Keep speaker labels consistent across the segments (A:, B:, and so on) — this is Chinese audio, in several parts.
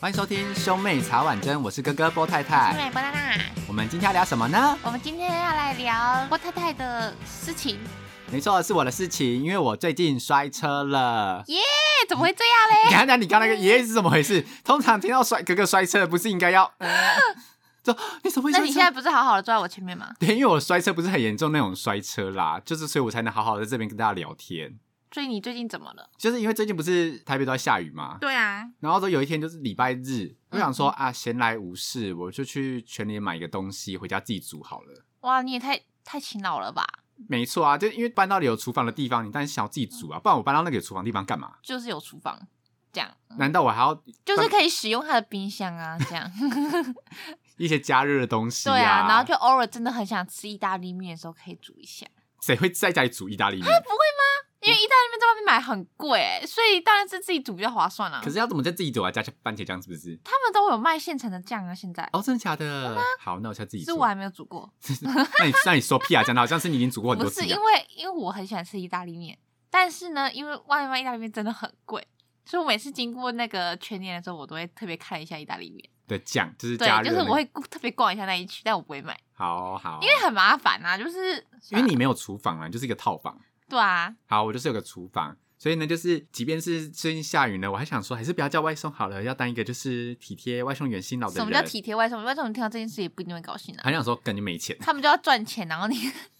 A: 欢迎收听兄妹茶碗蒸，我是哥哥波太
B: 进
A: 太。
B: 来巴啦啦！
A: 我们今天要聊什么呢？
B: 我们今天要来聊郭太太的事情。
A: 没错，是我的事情，因为我最近摔车了。
B: 哎、怎么会这样
A: 你
B: 嘞？
A: 看看你刚那
B: 嗯
A: 个爷爷是怎么回事？通常听到摔哥哥摔车，不是应该要，呃说你怎么会
B: 那
A: 摔
B: 你现在
A: 车？
B: 不是好好的坐在我前面吗？
A: 对，因为我摔车不是很严重那种摔车啦，就是所以我才能好好的这边跟大家聊天。
B: 所以你最近怎么了？
A: 就是因为最近不是台北都在下雨嘛，
B: 对啊，
A: 然后都有一天就是礼拜日，我想
B: 嗯
A: 说啊，闲来无事，我就去全联买一个东西回家自己煮好了。
B: 哇，你也太太勤劳了吧？
A: 没错啊，就因为搬到有厨房的地方，你当然想要自己煮啊，不然我搬到那个有厨房的地方干嘛？
B: 就是有厨房，这样
A: 难道我还要
B: 就是可以使用它的冰 箱啊，这样。
A: 一些加热的东西、
B: 对啊，
A: 啊，
B: 然后就偶尔真的很想吃意大利面的时候可以煮一下，
A: 谁会在家里煮意大利面？
B: 啊因为意大利面在外面买很贵、所以当然是自己煮比较划算啊。
A: 可是要怎么在自己煮啊？加番茄酱是不是？
B: 他们都有卖现成的酱啊，现在。
A: 哦，真的假的？好，那我下次自己
B: 是
A: 煮。
B: 我还没有煮过，
A: 那你那你说屁啊，讲的好像是你已经煮过很
B: 不
A: 多
B: 是
A: 次一
B: 因
A: 样。
B: 为因为我很喜欢吃意大利面，但是呢，因为外面卖意大利面真的很贵，所以我每次经过那个全年的时候，我都会特别看一下意大利面。
A: 的酱就是
B: 对
A: 加，热
B: 就
A: 那
B: 是
A: 个，
B: 我会顾特别逛一下那一区，但我不会买，
A: 好好，
B: 因为很麻烦啊，就是
A: 因为你没有厨房啊，你就是一个套房。
B: 对啊，
A: 好，我就是有个厨房，所以呢，就是即便是最近下雨呢，我还想说，还是不要叫外送好了，要当一个就是体贴外送员辛劳的
B: 什
A: 人。
B: 么叫体贴外送？外送听到这件事也不一定会高兴啊，
A: 还想说感觉没钱，
B: 他们就要赚钱，然 后你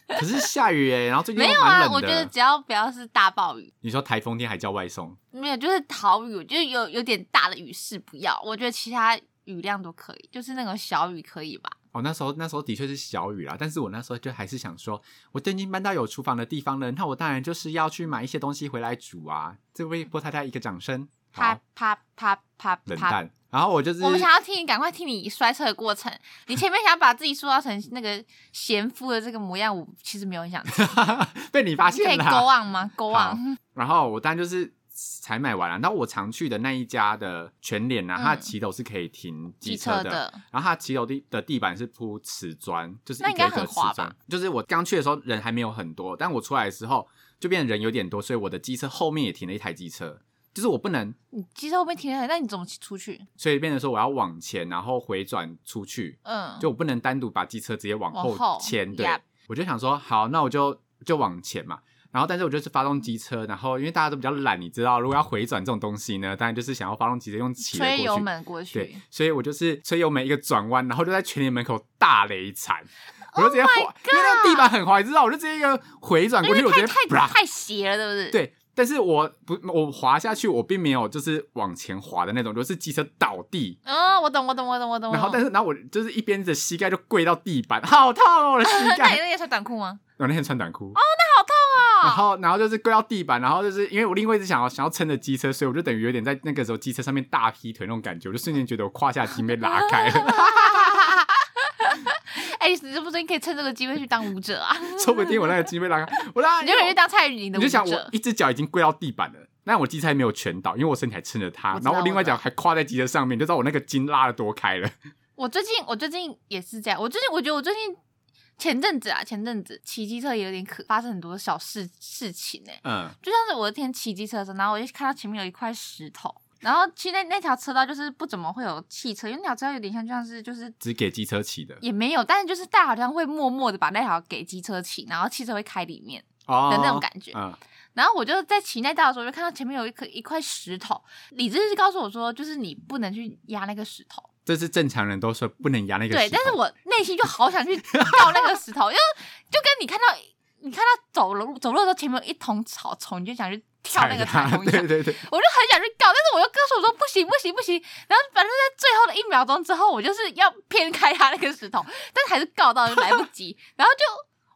A: 可是下雨哎，然后最近
B: 没有
A: 又蛮
B: 啊？
A: 冷的。
B: 我觉得只要不要是大暴雨，
A: 你说台风天还叫外送，
B: 没有就是好雨，就是有有点大的雨势不要，我觉得其他雨量都可以，就是那种小雨可以吧？
A: 哦，那时候那时候的确是小雨啦，但是我那时候就还是想说，我都已经搬到有厨房的地方了，那我当然就是要去买一些东西回来煮啊。这位波太太一个掌声，
B: 啪
A: 好，
B: 啪啪啪
A: 冷
B: 啪
A: 淡。然后我就是
B: 我们想要听你，赶快听你摔车的过程。你前面想把自己塑造成那个贤夫的这个模样，我其实没有很 想听。
A: 被你发
B: 你可
A: 现
B: 以
A: 了，
B: 啊
A: 啊
B: go on 吗？go
A: 好
B: on。
A: 然后我当然就是才买完了、然后我常去的那一家的全脸啊，
B: 嗯
A: 它的骑楼是可以停机
B: 机
A: 车
B: 车
A: 的，
B: 的，
A: 然后它的骑楼地的地板是铺瓷砖，就是
B: 那
A: 一
B: 应
A: 个
B: 该
A: 一个
B: 很
A: 瓷
B: 滑
A: 砖
B: 吧。
A: 就是我刚去的时候人还没有很多，但我出来的时候就变得人有点多，所以我的机车后面也停了一台机车，就是我不能，
B: 你机车后面停得很，那你怎么出去？
A: 所以变成说我要往前，然后回转出去，
B: 嗯，
A: 就我不能单独把机车直接往
B: 往后
A: 后牵，对
B: Yep
A: 我就想说，好，那我就就往前嘛。然后，但是我就是发动机车，然后因为大家都比较懒，你知道，如果要回转这种东西呢，当然就是想要发动机车用骑的过
B: 吹
A: 去。
B: 油门过
A: 对
B: 去。，
A: 所以我就是吹油门一个转弯，然后就在全联门口大雷 惨，我就直接
B: Oh
A: 滑因为那个地板很滑，你知道，我就直接一个回转过去，我直
B: 太
A: 接
B: 太
A: 啪
B: 太斜了，对不对？，
A: 对，但是我不我滑下去，我并没有就是往前滑的那种，就是机车倒地，
B: 嗯，我懂，我懂，我懂，我懂。
A: 然后，但
B: 是
A: 是，然后我就是一边的膝盖就跪到地板， 好痛哦，我的膝
B: 那你
A: 盖。
B: 那天哦穿短裤吗？
A: 我那天穿短裤，
B: 啊
A: 然后，然后就是跪到地板，然后就是因为我另外一只想要想要撑着机车，所以我就等于有点在那个时候机车上面大劈腿那种感觉，我就瞬间觉得我胯下筋被拉开 了，
B: 哎，你是不是你可以趁这个机会去当舞 者啊？
A: 说不定我那个筋被拉开，哎我拉
B: 你就可以去当蔡依林的
A: 你
B: 舞
A: 就想我
B: 者。
A: 一只脚已经跪到地板了，但我机车还没有全倒，因为我身体还撑着它
B: 我，知道
A: 然后我另外一脚
B: 我知
A: 还跨在机车上面，就知道我那个筋拉的多开了。
B: 我最近我最近也是这样，我最近我觉得我最近前阵子啊，前阵子骑机车也有点可发生很多小事事情呢、
A: 嗯，
B: 就像是我那天骑机车的时候，然后我就看到前面有一块石头，然后其实那那条车道就是不怎么会有汽车，因为那条车道有点像就像是就是
A: 只给机车骑的
B: 也没有，但是就是大家好像会默默的把那条给机车骑，然后汽车会开里面
A: 哦
B: 的那种感觉。
A: 嗯，
B: 然后我就在骑那道的时候，就看到前面有一颗一块石头，理智是告诉我说，就是你不能去压那个石头。
A: 这是正常人都说不能压那个
B: 对，
A: 石头
B: 但是我内心就好想去掉那个石头，就就跟你看到你看到走路走路的时候前面有一桶草丛，你就想去跳那个
A: 踩
B: 草
A: 它
B: 丛一样
A: 对。对对，
B: 我就很想去告，但是我又告诉我说不行不行不行，然后反正在最后的一秒钟之后，我就是要偏开他那个石头，但是还是告到就来不及，然后就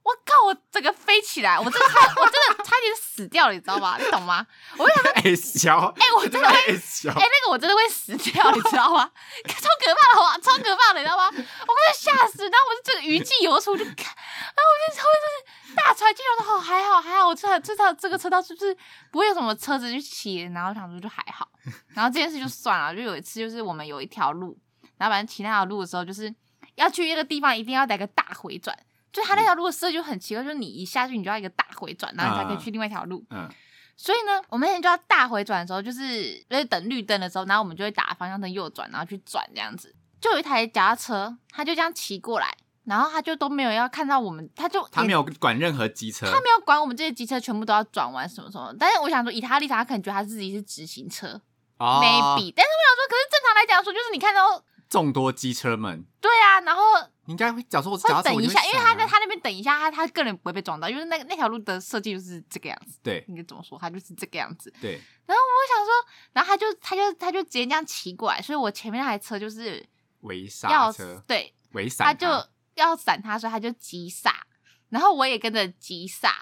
B: 我靠，我整个飞起来，我真的差我真的差点死掉了，你知道吗？你懂吗？我就想说，
A: 哎小，
B: 哎、我
A: 这
B: 真
A: 个
B: 的会
A: 哎小
B: 哎、，那个我真的会死掉，你知道吗？超可怕的，好吧，超可怕的，你知道吗？我快吓死，然后我就这个余悸犹存，我就看，然后我就后就是大喘气，然后哦还好还好，我知道知道这个车道是不是不会有什么车子去骑，然后想说就还好，然后这件事就算了。就有一次就是我们有一条路，然后反正骑那条路的时候，就是要去一个地方，一定要来个大回转。就它那条路的设计就很奇怪，就是你一下去你就要一个大回转，然后你才可以去另外一条路。
A: 嗯，
B: 所以呢，我们那天就要大回转的时候，就是就是等绿灯的时候，然后我们就会打方向灯右转，然后去转这样子。就有一台脚踏车，他就这样骑过来，然后他就都没有要看到我们，他就
A: 他
B: 也
A: 没有管任何机车，
B: 他没有管我们这些机车全部都要转弯什么什么。但是我想说，以他立场，他可能觉得他自己是直行车、
A: 哦
B: m a y b e 但是我想说，可是正常来讲说，就是你看到
A: 众多机车们，
B: 对啊，然后
A: 你应该会假如说我是脚踏
B: 会
A: 车
B: 等
A: 我
B: 一
A: 就
B: 下，因为
A: 想
B: 他
A: 啊
B: 在他那边等一下，他他个人不会被撞到，因为那那条路的设计就是这个样子。
A: 对
B: 应该怎么说？他就是这个样子。
A: 对
B: 然后我想说，然后他就他就他就直接这样骑过来，所以我前面那台车就是
A: 围刹
B: 要
A: 车
B: 对，
A: 围闪
B: 他
A: 它，
B: 就要闪他，所以他就急刹，然后我也跟着急刹，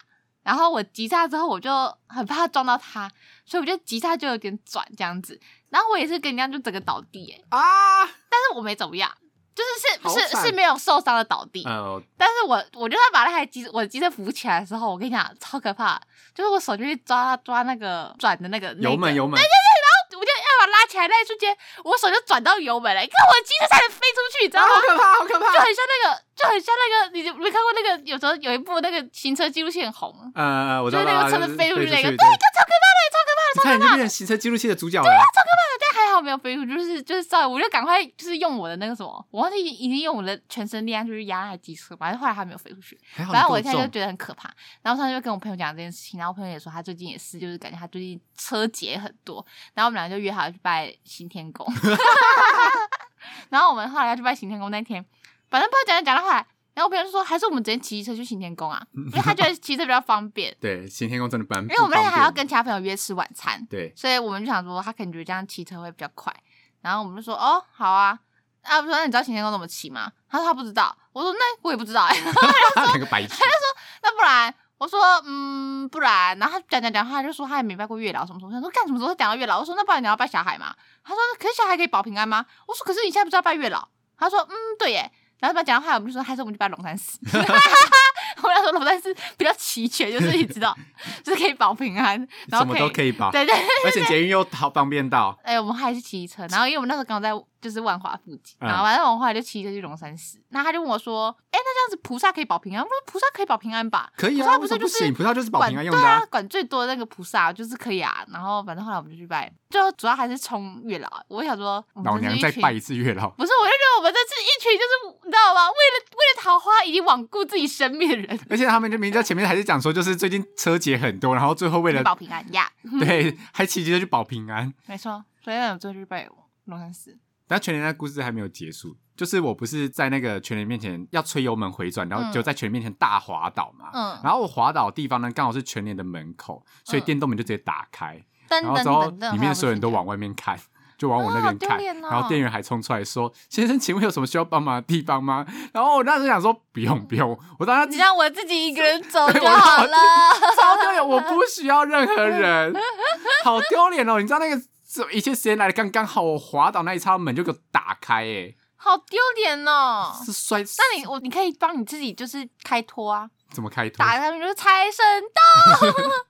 B: 然后我急刹之后我就很怕撞到他，所以我就急刹就有点转这样子，然后我也是跟人家就整个倒地、欸，
A: 啊，
B: 但是我没怎么样，就是
A: 好
B: 是是
A: 惨
B: 是没有受伤的倒地，
A: 呃，
B: 但是我我就在把那台机我的机车扶起来的时候，我跟你讲超可怕，就是我手就去抓抓那个转的那个
A: 油门，油门，
B: 那个我就要把它拉起来那一瞬间，我手就转到油门了，你看我的机车差点飞出去，你知道
A: 啊，
B: 吗？
A: 好可怕，好可怕，
B: 就很像那个，就很像那个，你有没有看过那个？有时候有一部那个行车记录器很红，
A: 呃，我知道
B: 就是那个
A: 了
B: 车子
A: 就是
B: 飞出去那个
A: 对，
B: 对
A: 超可怕的，超可怕的，你看你就变成行车记录器的主角
B: 啊
A: 了，
B: 但还好没有飞出，就是就是稍微，我就赶快就是用我的那个什么，我忘记已经用我的全身力量就是压那台机车，反正后来它没有飞出去。
A: 还好
B: 反正我
A: 你
B: 一
A: 够
B: 看就
A: 重，，
B: 觉得很可怕，然后上次就跟我朋友讲这件事情，然后我朋友也说他最近也是，就是感觉他最近车节很多，然后我们俩就约好去拜行天宫， 然后我们后来要去拜行天宫那天，反正不知道讲着讲到后来，然后我朋友就说还是我们直接骑车去行天宫啊，因为他觉得骑车比较方便
A: 对，行天宫真的蛮，因
B: 因为我们那天还要跟其他朋友约吃晚餐，
A: 对
B: 所以我们就想说他可能觉得这样骑车会比较快，然后我们就说哦好啊，啊我说那你知道行天宫怎么骑吗？他说他不知道，我说那我也不知道、欸。
A: 两个白痴，
B: 那不然，我说，嗯，不然，然后他讲讲讲，他就说他也没拜过月老什么什么，我想说干什么时候讲到月老？我说那不然你要拜小孩吗？他说可是小孩可以保平安吗？我说可是你现在不是要拜月老？他说嗯对耶，然后他讲到后来我们就说还是我们去拜龙山寺， 我们俩说龙山寺比较齐全，就是你知道， 就是可以保平安，
A: 什
B: 然后
A: 么
B: 可以，
A: 都可以吧，
B: 对对。
A: 而且捷运又好方便到，
B: 哎、我们还是骑车，然后因为我们那时候刚好在就是万华附近，
A: 嗯
B: 然后反正我们后来就骑车去龙山寺，那他就问我说：“哎、那这样子菩萨可以保平安？”我说：“菩萨可以保平安吧？
A: 可以
B: 菩萨
A: 啊，
B: 不
A: 为什
B: 是
A: 么
B: 就
A: 不
B: 是
A: 行？葡萄就是保
B: 管
A: 平安用
B: 对
A: 的
B: 啊
A: 啊，，
B: 管最多的那个菩萨就是可以啊。然后反正后来我们就去拜，最后主要还是冲月老。啊我想说，我们
A: 老
B: 真是
A: 娘
B: 一
A: 再
B: 群
A: 拜一次月老，
B: 不是，我就觉得我们这是一群就是你知道吗？为了为了桃花已经罔顾自己生命的人，
A: 而且他们就明明在前面还是讲说，就是最近车节很多，然后最后为了
B: 保平安呀，
A: 对，还骑机车去保平安。
B: 啊没错。所以呢，我最后就拜龙山寺。
A: 但全年那故事还没有结束，就是我不是在那个全年面前要吹油门回转，然后
B: 嗯
A: 就在全年面前大滑倒嘛。
B: 嗯，
A: 然后我滑倒的地方呢，刚好是全年的门口，所以
B: 嗯
A: 电动门就直接打开，
B: 噔
A: 然后
B: 噔
A: 之后
B: 噔噔，
A: 里面的所有人都往外面看，就往我那边
B: 哦好
A: 看
B: 丢，脸哦
A: 然后店员还冲出来说：“先生，请问有什么需要帮忙的地方吗？”然后我当时想说：“不用不用，我当
B: 你
A: 时
B: 让我自己一个人走
A: 对
B: 就
A: 我让
B: 好
A: 我
B: 了。
A: 超丢脸，我不需要任何人，好丢脸哦！你知道那个一切时间来的刚刚好，我滑倒那一刹那门就给我打开、欸，
B: 好丢脸哦！
A: 是摔，
B: 那你我你可以帮你自己就是开脱啊，
A: 怎么开脱？
B: 打他们就是财神到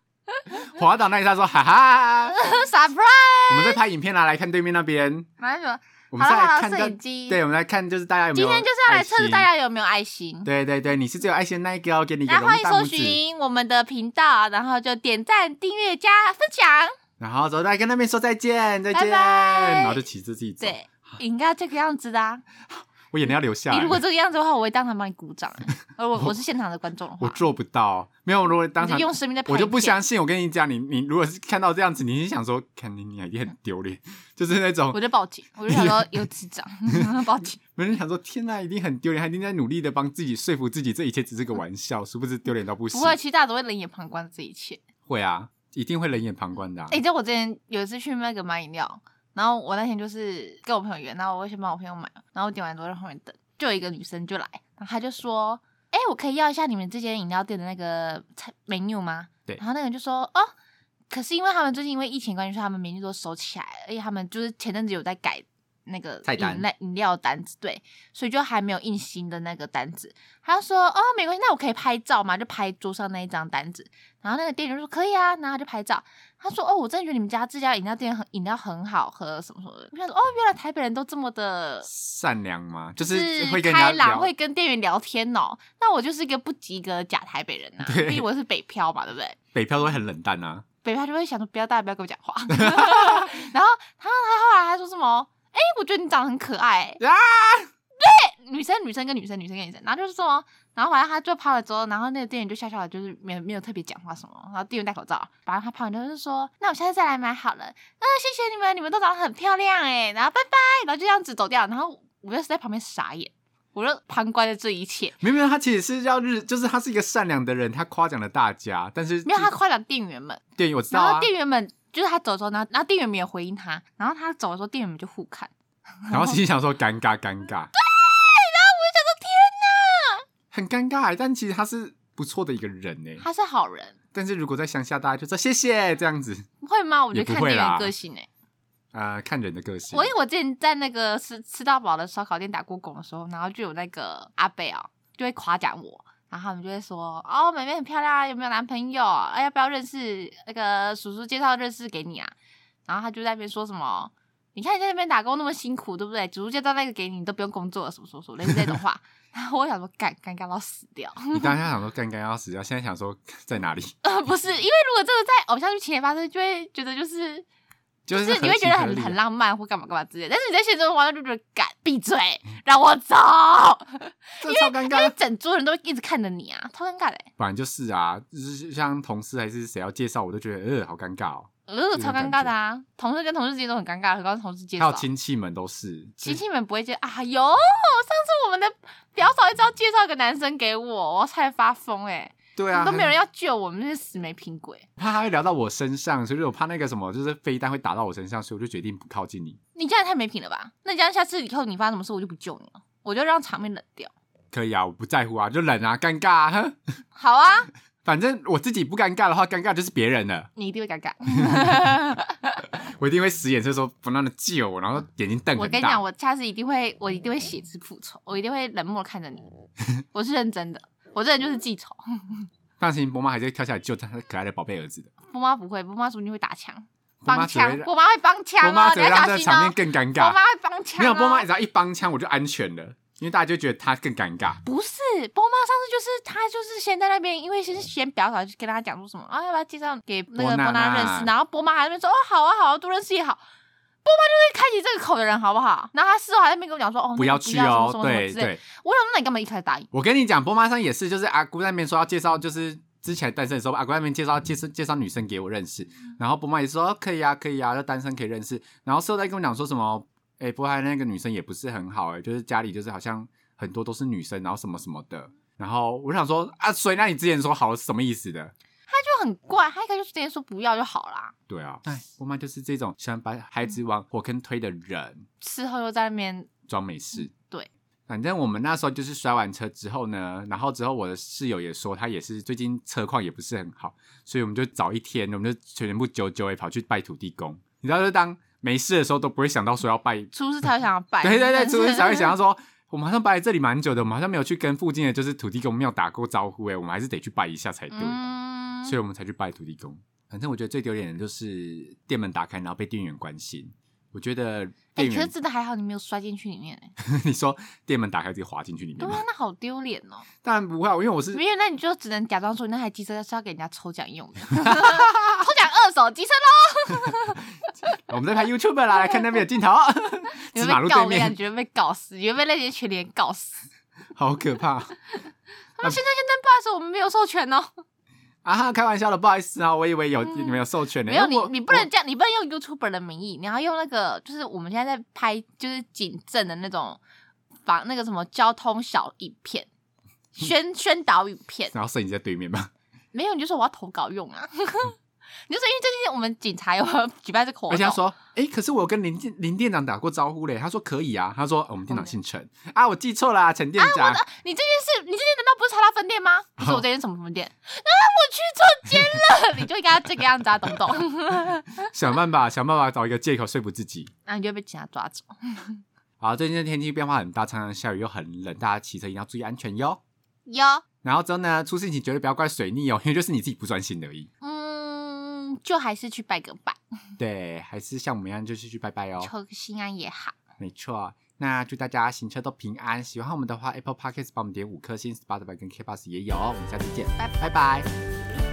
A: 滑倒那一刹那说：“哈 哈，
B: surprise，
A: 我们在拍影片啊啦，来看对面那边，
B: 买什么？
A: 我们
B: 好
A: 再
B: 了
A: 来
B: 好
A: 看
B: 了，摄
A: 到
B: 影，机。
A: 对，我们来看就是大家有没
B: 今
A: 有
B: 天就是要来测试大
A: 爱心。
B: 家有没有爱心。
A: 对对对，你是只有爱心的那一个哦，给你一个
B: 那
A: 荣
B: 欢
A: 誉
B: 迎
A: 大
B: 搜
A: 拇指。
B: 寻我们的频道，然后就点赞、订阅、加分享。
A: 然后走，再跟那边说再见，再见，
B: 拜拜
A: 然后就骑着自己走。啊
B: 对，应该这个样子的啊。
A: 我眼泪要流下
B: 你
A: 来。
B: 如果这个样子的话，我会当场帮你鼓 掌。而我我是现场的观众的
A: 我
B: 话，
A: 做不到，没有，如果当
B: 你
A: 场
B: 是用生命在拍
A: 我就不
B: 片
A: 相信，我跟你讲，你你如果是看到这样子，你是想说，看你你一定很丢脸， 就是那种
B: 我，就报警，我就想说有智 障，报警。
A: 没人想说，天呐，一定很丢脸，他一定在努力的帮自己说服自己，这一切只是个玩笑，殊不知丢脸到不行
B: 嗯不。会，其实大家都会冷眼旁观这一切。
A: 会啊，一定会冷眼旁观的、啊。
B: 哎、欸，就我之前有一次去那个买饮料，然后我那天就是跟我朋友约，然后我会先帮我朋友买，然后我点完之后在后面等，就有一个女生就来，然后她就说：“哎、我可以要一下你们这间饮料店的那个菜 menu 吗？”
A: 对
B: 然后那个人就说：“哦。”可是因为他们最近因为疫情关系，所以他们 menu 都收起来了，而且他们就是前阵子有在改那个
A: 菜单
B: 饮料饮料单子，对，所以就还没有印新的那个单子。他就说：“哦，没关系，那我可以拍照吗？就拍桌上那一张单子。”然后那个店员就说：“可以啊。”然后他就拍照。他说：“哦，我真的觉得你们家这家饮料店很饮料很好喝，什么什么的。”我想说：“哦，原来台北人都这么的，
A: 善良吗？就是会跟人家
B: 开朗，
A: 聊，
B: 会跟店员聊天哦。那我就是一个不及格的假台北人呐、啊，
A: 对
B: 毕竟我是北漂嘛，对不对？
A: 北漂都会很冷淡啊。
B: 北漂就会想说不要大家不要跟我讲话， 然后他他后来还说什么？哎、我觉得你长得很可爱、欸
A: 啊！
B: 女生女生跟女生女生跟女生，然后就是说，然后反正他就拍了之后，然后那个店员就笑笑的，就是没有没有特别讲话什么，然后店员戴口罩，然后他拍完之后就说，那我下次再来买好了，嗯，谢谢你们，你们都长得很漂亮哎、然后拜拜，然后就这样子走掉，然后我就在旁边傻眼，我就旁观着这一切，
A: 没有没有，他其实是要日，就是他是一个善良的人，他夸奖了大家，但是
B: 没有他夸奖店员们，
A: 店员我知道
B: 然后
A: 啊，
B: 店员们就是他走的时候，然后然后店员没有回应他，然后他走的时候，店员们就互看，
A: 然后心里想说尴尬尴尬，很尴尬，欸但其实他是不错的一个人呢。
B: 他是好人，
A: 但是如果在乡下，大家就说谢谢这样子，
B: 会吗？我觉
A: 也
B: 得
A: 不
B: 看
A: 会
B: 店员
A: 啦
B: 个性哎、
A: 呃，看人的个性
B: 我。因为我之前在那个吃吃到饱的烧烤店打过工的时候，然后就有那个阿贝啊，就会夸奖我，然后他们就会说：“哦，妹妹很漂亮啊，有没有男朋友？啊，要不要认识那个叔叔介绍认识给你啊？”然后他就在那边说什么：“你看你在那边打工那么辛苦，对不对？叔叔介绍那个给你，你都不用工作了，什么什么什么，类似这种话。” 然后我想说，干尴尬到死掉。
A: 你当下想说尴尬要死掉，现在想说在哪里，
B: 呃，不是，因为如果这个在偶像剧情节发生，就会觉得就是。
A: 就
B: 就是你
A: 合
B: 会
A: 情
B: 觉得
A: 合理
B: 很
A: 啊
B: 很浪漫或干嘛干嘛之类的，但是你在现实中玩，就觉得敢闭嘴，
A: 嗯
B: 让我 走，
A: 这超尴
B: 因为
A: 尬。
B: 整桌人都一直看着你啊，超尴尬的、欸，
A: 反正就是啊，就是像同事还是谁要介绍，我都觉得呃好尴尬哦。
B: 呃，超尴尬的啊，同事跟同事之间都很尴尬，何况是同事介
A: 还有
B: 绍。
A: 亲戚们都是，
B: 亲戚们不会介啊？有，上次我们的表嫂一直要介绍一个男生给我，我差点发疯哎、
A: 对啊，
B: 都没有人
A: 很
B: 要救我们，那些死没品鬼！
A: 怕他会聊到我身上，所以我怕那个什么，就是飞弹会打到我身上，所以我就决定不靠近你。
B: 你这样太没品了吧？那你这样下次以后你发生什么事，我就不救你了，我就让场面冷掉。
A: 可以啊，我不在乎啊，就冷啊，尴尬、啊， 哼
B: 好啊，
A: 反正我自己不尴尬的话，尴尬就是别人了。
B: 你一定会 尴尬。
A: 我一定会使眼色说不让他救我，然后眼睛瞪
B: 我
A: 很
B: 跟你
A: 大
B: 讲，。我下次一定会，我一定会血之复仇，我一定会冷漠地看着你， 我是认真的，我这人就是记仇。
A: 放心，波妈还是会跳下来救他可爱的宝贝儿子的。
B: 波妈不会，波妈说不定会打枪，
A: 波妈
B: 帮
A: 只会
B: 枪，
A: 让
B: 波妈会帮枪
A: 波
B: 哦，
A: 妈只
B: 你
A: 会
B: 要
A: 让
B: 小
A: 这
B: 心
A: 场面
B: 哦。
A: 更尴
B: 波妈
A: 尬。
B: 会帮枪、哦，
A: 没有波妈，只要一帮腔，我就安全了，因为大家就觉得他更尴尬。
B: 不是波妈，上次就是她就是先在那边，因为先是先表嫂就跟她讲说什么啊，要不要介绍给那
A: 波
B: 个
A: 娜
B: 波娜
A: 娜
B: 认识，然后波妈还在那边说哦好啊好啊，多认识也好。波妈就是开启这个口的人，好不好？然后她事后还在那边跟我讲说，哦，
A: 不
B: 要
A: 要去哦，
B: 什么什么什么
A: 对
B: 之类的。
A: 对，
B: 我想说，那你干嘛一开始答应？
A: 我跟你讲，波妈上也是，就是阿姑那边说要介绍，就是之前单身的时候，阿姑那边介绍介绍介绍女生给我认识，
B: 嗯
A: 然后波妈也说哦可以啊，可以啊，就单身可以认识。然后事后再跟我讲说什么，哎、波海那个女生也不是很好、哎，就是家里就是好像很多都是女生，然后什么什么的。然后我想说啊，所以那你之前说好是什么意思的？
B: 就很怪，他一开始就直接说不要就好啦。
A: 对啊，哎，波妈就是这种喜欢把孩子往火坑推的人，
B: 事后又在那边，
A: 装没事。
B: 嗯对，
A: 反正我们那时候就是摔完车之后呢，然后之后我的室友也说他也是最近车况也不是很好，所以我们就早一天，我们就全部久久也跑去拜土地公。你知道，就当没事的时候都不会想到说要拜，对
B: 厨师才会 想要拜。
A: 对对，除非才会想到 说。我们好像摆这里蛮久的，我们好像没有去跟附近的就是土地公庙打过招呼哎、我们还是得去拜一下才对，
B: 嗯，
A: 所以我们才去拜土地公。反正我觉得最丢脸的就是店门打开，然后被店员关心。我觉得
B: 哎、
A: 店
B: 可
A: 员
B: 是，真的还好，你没有摔进去里 面、欸。
A: 你说店门打开自己滑进去里面
B: 对
A: 吗？
B: 啊，那好丢脸哦。
A: 当然不会啊，因为我 是
B: 没有，那你就只能假装说你那台机车是要给人家抽奖用的， 抽奖二手机车喽。
A: 我们在拍 YouTube 啦，来看那边的镜头，
B: 你
A: 是
B: 会
A: 马路
B: 被告，
A: 对
B: 我跟你讲，
A: 面啊
B: 你，绝对被搞死，你会被那些全脸 搞死。
A: 好可怕
B: 他们现在现在不好意思，我们没有授权哦，
A: 啊！哈，开玩笑的，不好意思啊，我以为有
B: 嗯
A: 你们有授权呢，
B: 没有
A: 因为
B: 你
A: 我，
B: 你不能这样，你不能用 YouTuber 的名义，你要用那个，就是我们现在在拍，就是警政的那种防那个什么交通小影 片，宣宣导影片
A: 我，然后摄影机在对面嘛，
B: 没有你就说我要投稿用啊，
A: 嗯
B: 你就说因为最近我们警察有 举办这个活动，
A: 而且他说，哎，可是我跟林店林店长打过招呼嘞，他说可以啊，他说哦我们店长姓陈
B: 哦
A: 啊，我记错啦，陈店长，
B: 你这件事，你这件难道不是查他分店吗？你说我这件什么什么店？ 啊，我去错间了， 你就应该要这个样子啊，懂不 懂？
A: 想办法想办法找一个借口说服自己。
B: 那你就被警察抓走。
A: 好，最近的天气变化很大，常常下雨又很冷，大家骑车一定要注意安全哟。
B: 哟，
A: 然后之后呢，出事情绝对不要怪水逆哦，因为就是你自己不专心而已。
B: 嗯，就还是去拜个拜，
A: 对，还是像我们一样，就是去拜拜哦。
B: 抽个心安也好。
A: 没错，那祝大家行车都平安。喜欢我们的话，Apple Podcast 帮我们点五颗星，Spotify 跟 K Bus 也有哦。我们下次见，
B: 拜
A: 拜拜